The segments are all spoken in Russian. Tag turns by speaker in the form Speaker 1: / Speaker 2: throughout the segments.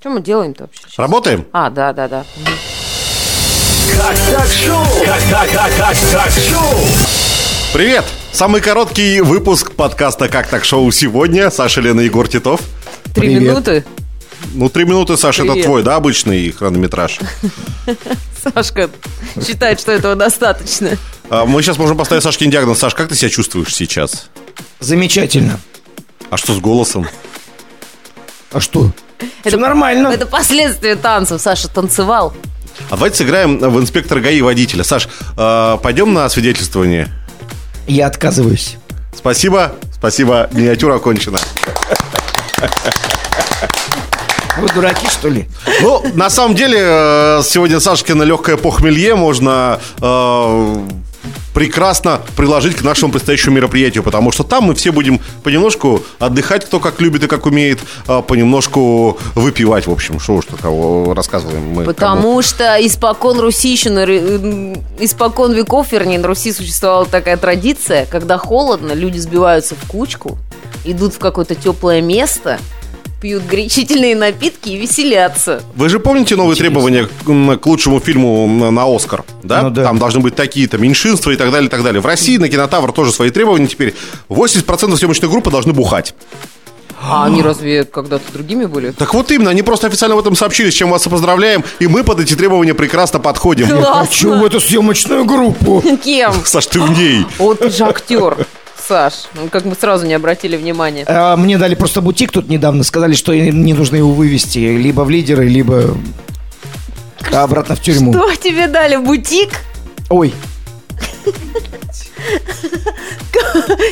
Speaker 1: Что мы делаем-то вообще? щас?
Speaker 2: Работаем?
Speaker 1: А, да, да, да.
Speaker 3: Как так шоу? Как так, как так, так шоу?
Speaker 2: Привет! Самый короткий выпуск подкаста «Как так шоу» сегодня. Саша, Лена, Егор Титов.
Speaker 1: Три
Speaker 4: Привет.
Speaker 1: минуты.
Speaker 2: Ну, три минуты, Саша, это
Speaker 1: Привет.
Speaker 2: твой, да, обычный хронометраж?
Speaker 1: Сашка считает, что этого достаточно.
Speaker 2: А, Мы сейчас можем поставить Сашкин диагноз. Саш, как ты себя чувствуешь сейчас?
Speaker 4: Замечательно.
Speaker 2: А что с голосом?
Speaker 4: А что? Все нормально.
Speaker 1: Это последствия танцев. Саша танцевал.
Speaker 2: А давайте сыграем в инспектора ГАИ водителя. Саш, э, пойдем на свидетельствование.
Speaker 4: Я отказываюсь.
Speaker 2: Спасибо, спасибо, миниатюра окончена.
Speaker 4: Вы дураки, что ли?
Speaker 2: Ну, на самом деле, э, сегодня Сашкина легкое похмелье можно э, прекрасно приложить к нашему предстоящему мероприятию, потому что там мы все будем понемножку отдыхать, кто как любит и как умеет, а понемножку выпивать, в общем, что уж такого рассказываем мы. кому.
Speaker 1: Потому что испокон русищина, ры- м, испокон веков, вернее, на Руси существовала такая традиция, когда холодно, люди сбиваются в кучку, идут в какое-то теплое место, пьют горячительные напитки и веселятся.
Speaker 2: Вы же помните новые требования к- м, к лучшему фильму на, на Оскар, да?
Speaker 4: Ну да.
Speaker 2: Там должны быть такие-то меньшинства и так далее, и так далее. В России на кинотавр тоже свои требования теперь. 80% съемочной группы должны бухать.
Speaker 1: А они разве когда-то другими были?
Speaker 2: Так вот именно, они просто официально в этом сообщили, с чем вас и поздравляем, и мы под эти требования прекрасно подходим.
Speaker 4: Хочу А в
Speaker 1: Классно!
Speaker 4: эту съемочную группу.
Speaker 1: Кем?
Speaker 2: Саш, ты в ней.
Speaker 1: Вот ты же актер, Саш. Ну, Как мы сразу не обратили внимания.
Speaker 4: А, Мне дали просто бутик тут недавно. Сказали, что мне нужно его вывести либо в лидеры, либо обратно в тюрьму.
Speaker 1: Что тебе дали? Бутик?
Speaker 4: Ой,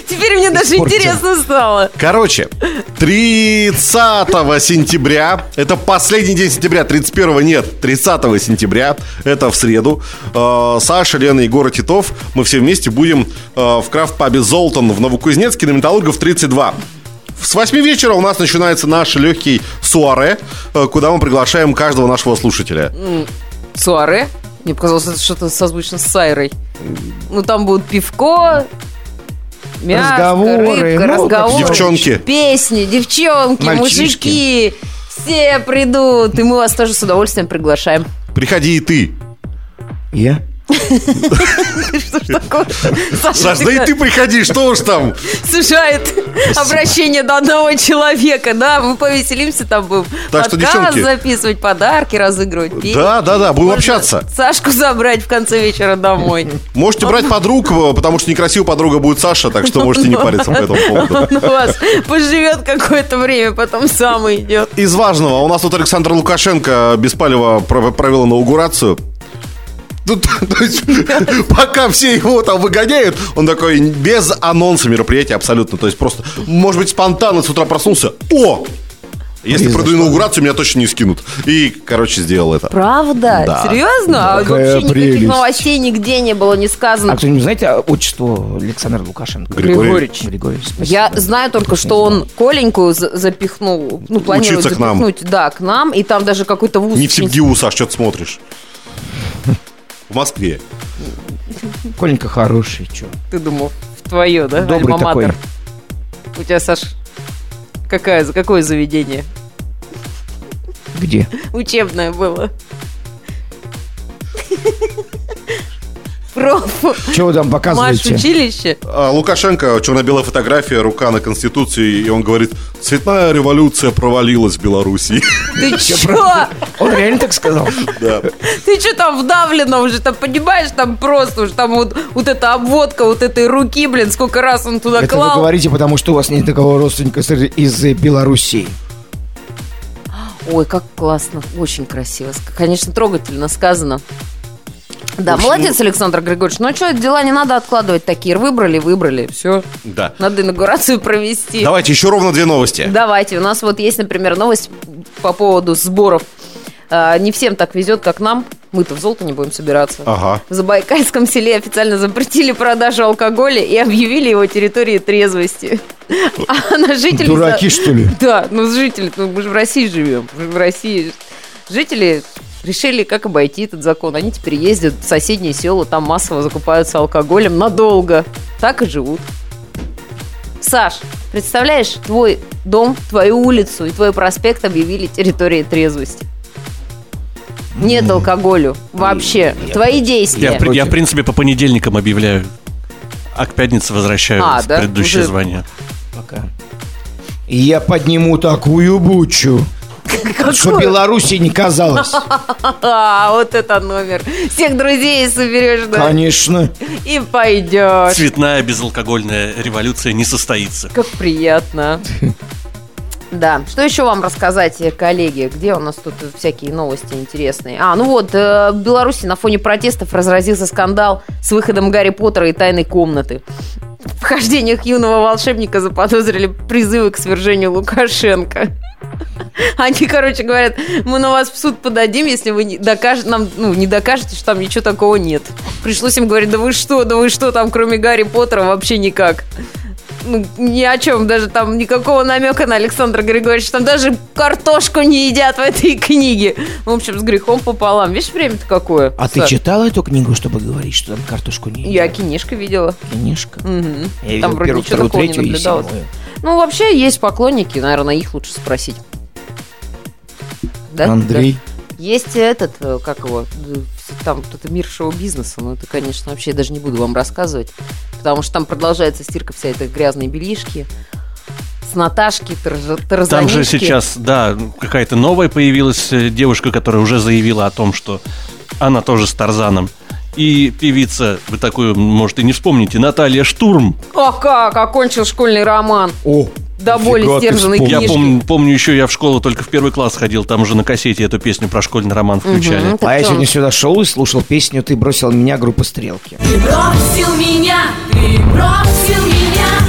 Speaker 1: Теперь мне даже
Speaker 4: Испортил.
Speaker 1: интересно стало.
Speaker 2: Короче, 30 сентября, это последний день сентября, 31 нет, 30 сентября, это в среду, э, Саша, Лена, Егор и Титов, мы все вместе будем э, в крафт-пабе «Золтан» в Новокузнецке на «Металлургов 32». С 8 вечера у нас начинается наш легкий суаре, э, куда мы приглашаем каждого нашего слушателя.
Speaker 1: Суаре? Мне показалось, это что-то созвучно с Сайрой. Ну, там будут пивко, мясо,
Speaker 4: Разговоры,
Speaker 1: рыбка,
Speaker 4: ну,
Speaker 1: разговоры,
Speaker 4: как
Speaker 2: Девчонки.
Speaker 1: песни, девчонки,
Speaker 4: Мальчишки.
Speaker 1: мужики. Все придут, и мы вас тоже с удовольствием приглашаем.
Speaker 2: Приходи и ты.
Speaker 4: я?
Speaker 1: Что ж такое? Саша
Speaker 2: Саш, да и
Speaker 1: всегда
Speaker 2: ты приходи, что уж там.
Speaker 1: сужает обращение до одного человека. Да, мы повеселимся, там будем
Speaker 2: Так что,
Speaker 1: подкаст
Speaker 2: девчонки.
Speaker 1: записывать, подарки разыгрывать. песни.
Speaker 2: Да, да, да, будем
Speaker 1: Можно
Speaker 2: общаться.
Speaker 1: Сашку забрать в конце вечера домой.
Speaker 2: Можете брать подруг, э, потому что некрасиво подруга будет Саша, так что можете не париться по этому поводу.
Speaker 1: Он у вас поживет какое-то время, потом сам идет.
Speaker 2: Из важного, у нас тут Александр Лукашенко Беспалева пров- провел инаугурацию. Ну, то- то есть, пока все его там выгоняют, он такой без анонса мероприятия абсолютно. То есть просто, может быть, спонтанно с утра проснулся. О! Если
Speaker 4: Произошло.
Speaker 2: пройду инаугурацию, меня точно не скинут. И, короче, сделал это.
Speaker 1: Правда?
Speaker 2: Да.
Speaker 1: Серьезно? А
Speaker 4: Какая
Speaker 1: вообще никаких
Speaker 4: прелесть.
Speaker 1: новостей нигде не было, не
Speaker 4: А
Speaker 1: сказано.
Speaker 4: кто-нибудь знаете а, отчество Александра Лукашенко?
Speaker 2: Григорий.
Speaker 4: Григорьевич, спасибо.
Speaker 1: Я знаю только, что он Коленьку за- запихнул, ну, планирует
Speaker 2: Учиться к нам.
Speaker 1: запихнуть, да, к нам, и там даже какой-то вуз.
Speaker 2: Не в Сибгиу, Саш, что ты смотришь? В Москве.
Speaker 4: Коленька хороший, чё.
Speaker 1: Ты думал, в твое, да?
Speaker 4: Добрый
Speaker 1: альма-матер?
Speaker 4: такой.
Speaker 1: У тебя, Саш, какая, какое заведение?
Speaker 4: Где?
Speaker 1: Учебное было. Проф.
Speaker 4: Чего вы там
Speaker 1: Маш,
Speaker 4: показываете?
Speaker 1: училище.
Speaker 2: А Лукашенко, черно-белая фотография, рука на Конституции, и он говорит, цветная революция провалилась в Белоруссии.
Speaker 1: Ты чё?
Speaker 4: Он реально так сказал?
Speaker 2: Да.
Speaker 1: Ты что там вдавлено уже, там понимаешь, там просто уже там вот, вот эта обводка вот этой руки, блин, сколько раз он туда
Speaker 4: Это вы
Speaker 1: клал.
Speaker 4: говорите, потому что у вас нет такого родственника среди- из э, Белоруссии.
Speaker 1: Ой, как классно, очень красиво. Ск- Конечно, трогательно сказано. Да,
Speaker 2: Очень.
Speaker 1: молодец, Александр Григорьевич. Ну а что, дела не надо откладывать такие. Выбрали, выбрали, все.
Speaker 2: Да.
Speaker 1: Надо инаугурацию провести.
Speaker 2: Давайте еще ровно две новости.
Speaker 1: Давайте. У нас вот есть, например, новость по поводу сборов. А, Не всем так везет, как нам. Мы-то в золото не будем собираться.
Speaker 2: Ага.
Speaker 1: В Забайкальском селе официально запретили продажу алкоголя и объявили его территорией трезвости. А на жителей...
Speaker 4: Дураки, что ли?
Speaker 1: Да, ну жители, ну, мы же в России живем. мы же В России жители решили, как обойти этот закон. Они теперь ездят в соседние села, там массово закупаются алкоголем надолго. Так и живут. Саш, представляешь, твой дом, твою улицу и твой проспект объявили территорией трезвости. Нет алкоголю вообще. Твои
Speaker 5: Я,
Speaker 1: действия.
Speaker 5: в при- я, в принципе, по понедельникам объявляю. А к пятнице возвращаю
Speaker 1: А,
Speaker 5: в
Speaker 1: да?
Speaker 5: предыдущее
Speaker 1: Уже-
Speaker 5: звание.
Speaker 4: Пока. И я подниму такую бучу, что
Speaker 1: Какой?
Speaker 4: Беларуси не казалось.
Speaker 1: А, вот это номер. Всех друзей соберешь, да?
Speaker 4: Конечно.
Speaker 1: И пойдешь.
Speaker 5: Цветная безалкогольная революция не состоится.
Speaker 1: Как приятно. Да, что еще вам рассказать, э, коллеги? Где у нас тут всякие новости интересные? А, ну вот, э, в Беларуси на фоне протестов разразился скандал с выходом Гарри Поттера и тайной комнаты. В похождениях юного волшебника заподозрили призывы к свержению Лукашенко. Они, короче, говорят, мы на вас в суд подадим, если вы не докажете, нам, ну, не докажете, что там ничего такого нет. Пришлось им говорить, да вы что, да вы что, там кроме Гарри Поттера вообще никак. Ну, ни о чем, даже там никакого намека на Александра Григорьевича. Там даже картошку не едят в этой книге. Ну, В общем, с грехом пополам. Видишь, время-то какое?
Speaker 4: А ты
Speaker 1: Саш?
Speaker 4: читала эту книгу, чтобы говорить, что там картошку не
Speaker 1: Я
Speaker 4: едят?
Speaker 1: книжку видела.
Speaker 4: Книжка.
Speaker 1: Мгм.
Speaker 4: Я видел
Speaker 1: Там вроде ничего
Speaker 4: первую, вторую,
Speaker 1: такого не
Speaker 4: третью и
Speaker 1: наблюдалось.
Speaker 4: седьмую.
Speaker 1: Ну, вообще, есть поклонники, наверное, их лучше спросить. Да?
Speaker 4: Андрей.
Speaker 1: Да. Есть этот, э, как его, э, там кто-то мир шоу-бизнеса, но это, конечно, вообще я даже не буду вам рассказывать, потому что там продолжается стирка вся этой грязной белишки, с Наташки, тарж-
Speaker 5: Там
Speaker 1: тарзанишки.
Speaker 5: же сейчас, да, какая-то новая появилась э, девушка, которая уже заявила о том, что она тоже с Тарзаном. И певица, вы такую, может, и не вспомните, Наталья Штурм.
Speaker 1: А как, окончил школьный роман.
Speaker 4: О,
Speaker 1: До
Speaker 4: нифига
Speaker 1: боли
Speaker 4: ты
Speaker 1: стерженной
Speaker 4: вспомнил.
Speaker 5: Я
Speaker 1: Книжки.
Speaker 5: помню, помню еще, я в школу только в первый класс ходил, там же на кассете эту песню про школьный роман включали.
Speaker 1: Мгм, так
Speaker 4: А я
Speaker 1: что,
Speaker 4: сегодня сюда шел и слушал песню «Ты бросил меня» группы «Стрелки».
Speaker 6: Ты бросил меня, ты бросил меня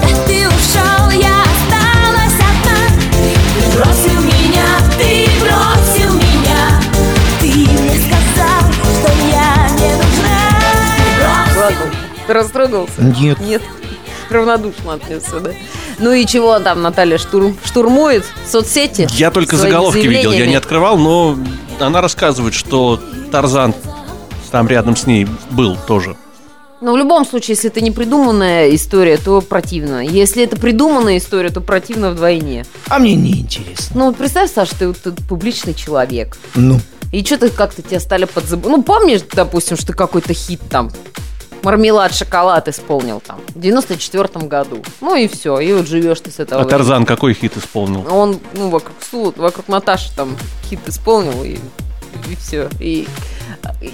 Speaker 6: Когда ты ушел, я осталась одна Ты бросил меня, ты бросил меня Ты мне сказал, что я не нужна Ты бросил
Speaker 1: Ладно, ты растрогался?
Speaker 4: Нет.
Speaker 1: Нет. Равнодушно отнесся, да? Ну и чего там Наталья штурм, штурмует соцсети?
Speaker 5: Я только
Speaker 1: своими
Speaker 5: заголовки видел, я
Speaker 1: заявлениями?
Speaker 5: не открывал, но она рассказывает, что Тарзан там рядом с ней был тоже.
Speaker 1: Но Ну, в любом случае, если это не придуманная история, то противно. Если это придуманная история, то противно вдвойне.
Speaker 4: А мне не интересно.
Speaker 1: Ну вот представь, Саш, ты вот тут публичный человек.
Speaker 4: Ну,
Speaker 1: И что-то как-то тебя стали подзаб... Ну, помнишь, допустим, что ты какой-то хит там, мармелад, шоколад исполнил там в 94 году. Ну и все, и вот живешь ты с этого.
Speaker 5: А Тарзан какой хит исполнил?
Speaker 1: Он, ну, вокруг Су, вокруг Наташи там хит исполнил, и, все. И,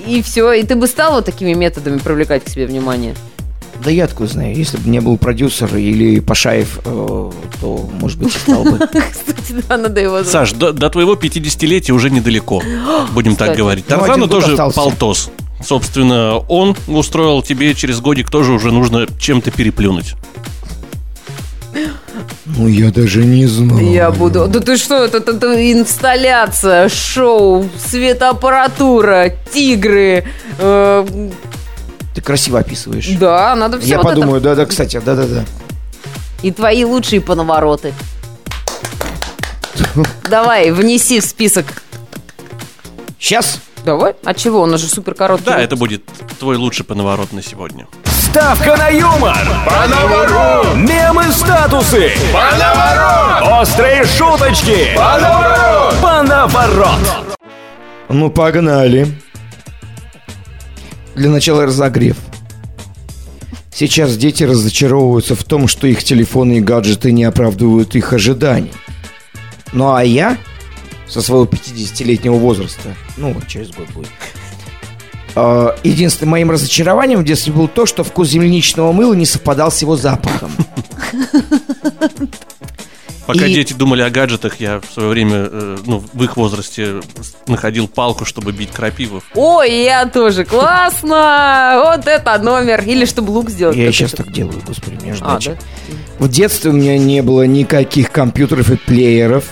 Speaker 1: и все. И ты бы стал вот такими методами привлекать к себе внимание?
Speaker 4: да я откуда знаю. Если бы не был продюсер или Пашаев, э, то, может быть, и стал бы.
Speaker 1: Кстати, да, надо его... звать.
Speaker 5: Саш, до, до твоего 50-летия уже недалеко, будем так
Speaker 1: Кстати.
Speaker 5: говорить.
Speaker 4: Ну,
Speaker 5: Тарзану
Speaker 4: один год
Speaker 5: тоже
Speaker 4: остался.
Speaker 5: полтос. Собственно, он устроил тебе через годик тоже уже нужно чем-то переплюнуть.
Speaker 4: Ну, я даже не знаю.
Speaker 1: Я буду... Да ты что, это, это- это инсталляция, шоу, светоаппаратура, тигры. э,
Speaker 4: Ты красиво описываешь.
Speaker 1: да, надо все
Speaker 4: Я
Speaker 1: вот это.
Speaker 4: подумаю, да-да, кстати, да-да-да.
Speaker 1: И твои лучшие понавороты. Давай, внеси в список.
Speaker 4: Сейчас
Speaker 1: Давай. А чего? Он же супер короткий.
Speaker 5: Да, это будет твой лучший поворот на сегодня.
Speaker 3: Ставка на юмор. По навору. Мемы, статусы. По навору. Острые шуточки. По навору. По наворот.
Speaker 4: Ну, погнали. Для начала разогрев. Сейчас дети разочаровываются в том, что их телефоны и гаджеты не оправдывают их ожиданий. Ну а я со своего 50-летнего возраста, ну вот через год будет, э, единственным моим разочарованием в детстве было то, что вкус земляничного мыла не совпадал с его запахом.
Speaker 5: Пока
Speaker 4: И-
Speaker 5: дети думали о гаджетах, я в свое время, э, ну, в их возрасте с- находил палку, чтобы бить крапиву.
Speaker 1: Ой, я тоже. Классно! Вот это номер. Или чтобы лук сделать.
Speaker 4: Я
Speaker 1: Э, Как
Speaker 4: сейчас
Speaker 1: это?
Speaker 4: так делаю, господи, мне же
Speaker 1: А,
Speaker 4: ночью.
Speaker 1: да?
Speaker 4: В детстве у меня не было никаких компьютеров и плееров,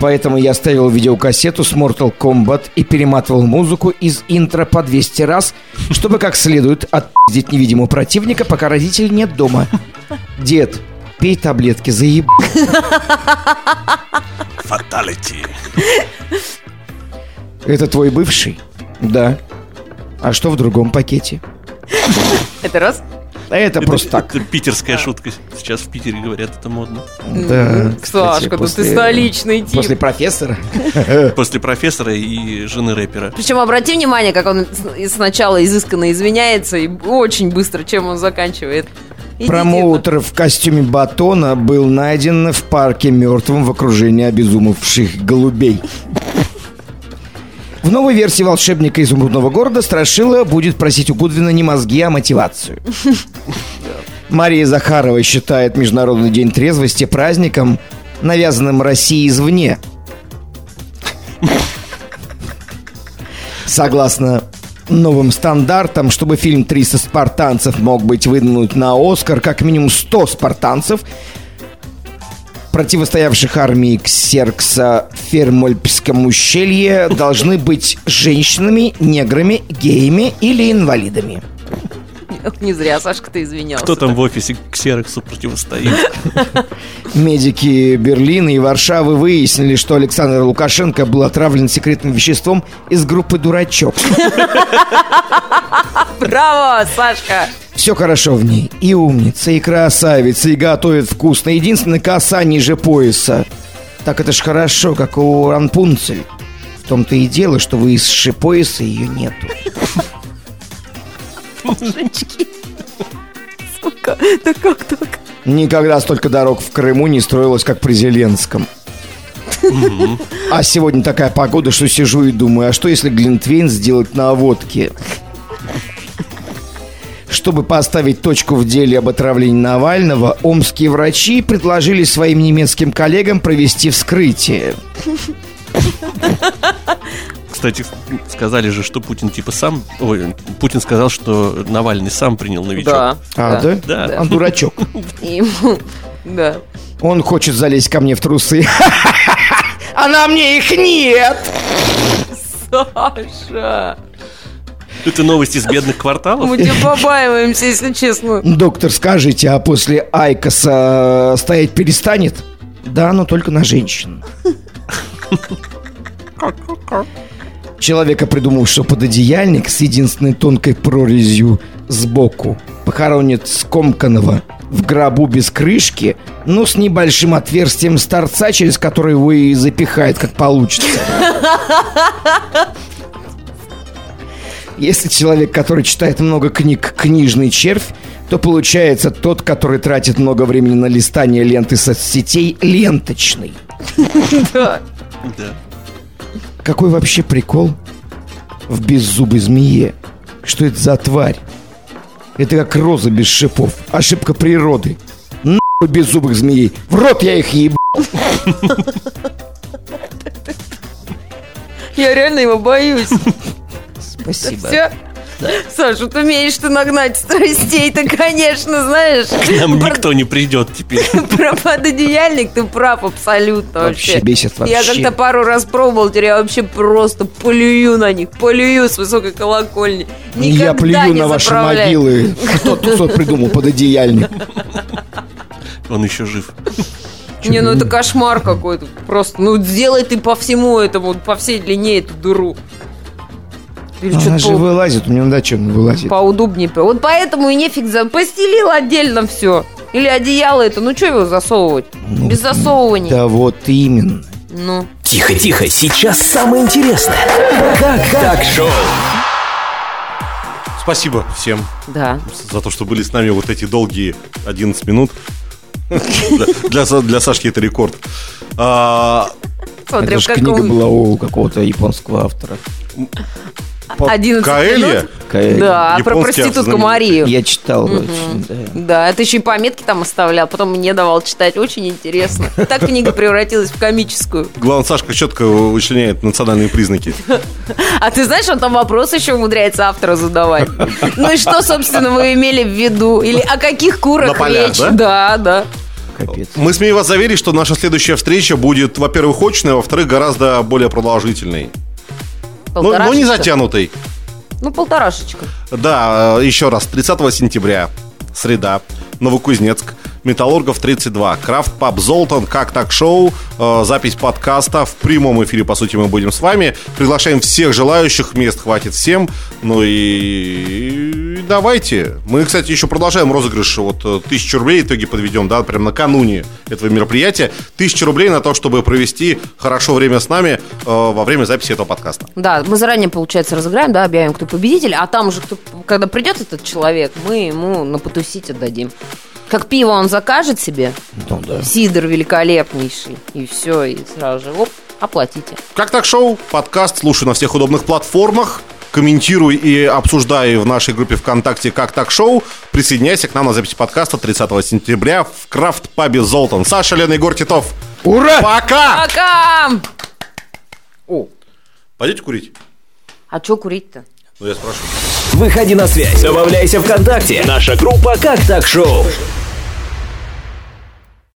Speaker 4: поэтому я ставил видеокассету с Mortal Kombat и перематывал музыку из интро по 200 раз, чтобы как следует отпиздить невидимого противника, пока родителей нет дома. Дед, пей таблетки, заеб...
Speaker 5: Фаталити.
Speaker 4: Это твой бывший? Да. А что в другом пакете?
Speaker 1: Это раз.
Speaker 4: Это просто так.
Speaker 5: Это питерская шутка. Сейчас в Питере говорят, это модно.
Speaker 4: Да, кстати,
Speaker 1: Сашка, ну ты
Speaker 4: после-
Speaker 1: столичный тип.
Speaker 4: После профессора. Э.
Speaker 5: После профессора и жены рэпера.
Speaker 1: Причем обрати внимание, как он с- и сначала изысканно извиняется и очень быстро, чем он заканчивает. Идите
Speaker 4: Промоутер в костюме батона был найден в парке мертвым в окружении обезумевших голубей. В новой версии «Волшебника изумрудного города» Страшила будет просить у Гудвина не мозги, а мотивацию. Мария Захарова считает Международный день трезвости праздником, навязанным России извне. Согласно новым стандартам, чтобы фильм «300 спартанцев» мог быть выдвинут на «Оскар», как минимум 100 спартанцев, противостоявших армии Ксеркса в Фермольпском ущелье, должны быть женщинами, неграми, геями или инвалидами.
Speaker 1: Ох, Не зря, Сашка, ты извинялся.
Speaker 5: Кто там в офисе Ксероксу противостоит?
Speaker 4: Медики Берлина и Варшавы выяснили, что Александр Лукашенко был отравлен секретным веществом из группы «Дурачок».
Speaker 1: Браво, Сашка!
Speaker 4: Все хорошо в ней. И умница, и красавица, и готовит вкусно. Единственное, коса ниже пояса. Так это ж хорошо, как у Ранпунцель. В том-то и дело, что выше пояса ее нету.
Speaker 1: Сука, да как так?
Speaker 4: Никогда столько дорог в Крыму не строилось, как при Зеленском. А сегодня такая погода, что сижу и думаю, а что если Глинтвейн сделать на водке? Чтобы поставить точку в деле об отравлении Навального, омские врачи предложили своим немецким коллегам провести вскрытие.
Speaker 5: Кстати, сказали же, что Путин типа сам... Ой, Путин сказал, что Навальный сам принял новичок.
Speaker 1: Да.
Speaker 4: А, да?
Speaker 5: Да.
Speaker 4: Он дурачок.
Speaker 1: И ему- Да.
Speaker 4: Он хочет залезть ко мне в трусы. А на мне их нет!
Speaker 1: Саша!
Speaker 5: Это новость из бедных кварталов?
Speaker 1: Мы тебя побаиваемся, если честно.
Speaker 4: Ну, Доктор, скажите, а после Айкоса стоять перестанет? Да, но только на женщин. Человека придумал, что пододеяльник с единственной тонкой прорезью сбоку похоронит скомканного в гробу без крышки, но с небольшим отверстием с торца, через которое его и запихает, как получится. Если человек, который читает много книг, книжный червь, то получается тот, который тратит много времени на листание ленты соцсетей, ленточный.
Speaker 1: Да.
Speaker 5: Да.
Speaker 4: Какой вообще прикол в беззубой змее? Что это за тварь? Это как роза без шипов. Ошибка природы. Нахуй беззубых змей. В рот я их ебал.
Speaker 1: Я реально его боюсь.
Speaker 4: Спасибо.
Speaker 1: Все? Саша, ты умеешь ты нагнать страстей, ты, конечно, знаешь.
Speaker 5: Нам никто не придет теперь.
Speaker 1: Про пододеяльник ты прав абсолютно вообще.
Speaker 4: Вообще бесит
Speaker 1: Я
Speaker 4: вообще.
Speaker 1: как-то пару раз пробовал, теперь я вообще просто плюю на них, плюю с высокой колокольни. Никогда
Speaker 4: Ну, я плюю
Speaker 1: не
Speaker 4: на ваши
Speaker 1: заправляй.
Speaker 4: могилы. Кто тут придумал пододеяльник?
Speaker 5: Он еще жив.
Speaker 1: Не, ну это кошмар какой-то. Просто, ну сделай ты по всему этому, по всей длине эту дыру. Или
Speaker 4: Ну,
Speaker 1: что-то
Speaker 4: Она же
Speaker 1: по-
Speaker 4: вылазит, у меня на чем вылазит.
Speaker 1: поудобнее. Вот поэтому и нефиг за... Постелил отдельно все. Или одеяло это, ну что его засовывать? Без засовывания.
Speaker 4: Ну, Да вот именно.
Speaker 1: Ну.
Speaker 3: Тихо, тихо, сейчас самое интересное. Как так шоу?
Speaker 2: Спасибо всем
Speaker 1: Да.
Speaker 2: за то, что были с нами вот эти долгие 11 минут. Для- Для Са- для Сашки это рекорд. А,
Speaker 1: Смотри,
Speaker 4: Это
Speaker 1: в
Speaker 4: же книга
Speaker 1: каком...
Speaker 4: была у какого-то японского автора.
Speaker 1: 11
Speaker 2: Каэлья?
Speaker 1: минут.
Speaker 4: Каэль.
Speaker 1: Да, про
Speaker 2: Японский
Speaker 1: проститутку
Speaker 2: автозамен.
Speaker 1: Марию.
Speaker 4: Я читал. очень, да.
Speaker 1: Да, это еще и пометки там оставлял, потом мне давал читать. Очень интересно. Так книга превратилась в комическую.
Speaker 2: Главное, Сашка четко вычленяет национальные признаки.
Speaker 1: А ты знаешь, он там вопрос еще умудряется автора задавать. Ну и что, собственно, вы имели в виду? Или о каких
Speaker 2: На
Speaker 1: курах
Speaker 2: полях,
Speaker 1: речь?
Speaker 2: да?
Speaker 1: Да, да.
Speaker 4: Капец.
Speaker 2: Мы смеем вас заверить, что наша следующая встреча будет, во-первых, очная, во-вторых, гораздо более продолжительной. Но, но Ну, не
Speaker 1: Полторашечка.
Speaker 2: затянутой.
Speaker 1: Ну, полторашечка.
Speaker 2: Да, э, еще раз, 30 сентября, среда, Новокузнецк, Металлургов 32, Крафт Паб Золтан, Как так шоу, э, запись подкаста в прямом эфире, по сути, мы будем с вами. Приглашаем всех желающих, мест хватит всем, ну и... и давайте. Мы, кстати, еще продолжаем розыгрыш. Вот э, тысячу рублей итоги подведем, да, прям накануне этого мероприятия. Тысяча рублей на то, чтобы провести хорошо время с нами э, во время записи этого подкаста.
Speaker 1: Да, мы заранее, получается, разыграем, да, объявим, кто победитель, а там уже, кто, когда придет этот человек, мы ему на потусить отдадим. Как пиво он закажет себе,
Speaker 4: Ну да.
Speaker 1: сидр великолепнейший, и все, и сразу же, оп, оплатите.
Speaker 2: Как так шоу? Подкаст слушай на всех удобных платформах. Комментируй и обсуждай в нашей группе ВКонтакте «Как так шоу». Присоединяйся к нам на записи подкаста 30 сентября в крафт-пабе «Золтан». Саша, Лена, Егор Титов.
Speaker 4: Ура!
Speaker 2: Пока!
Speaker 1: Пока!
Speaker 2: О, пойдете курить?
Speaker 1: А что курить-то?
Speaker 2: Ну, я спрашиваю.
Speaker 3: Выходи на связь. Добавляйся ВКонтакте. Наша группа «Как так шоу».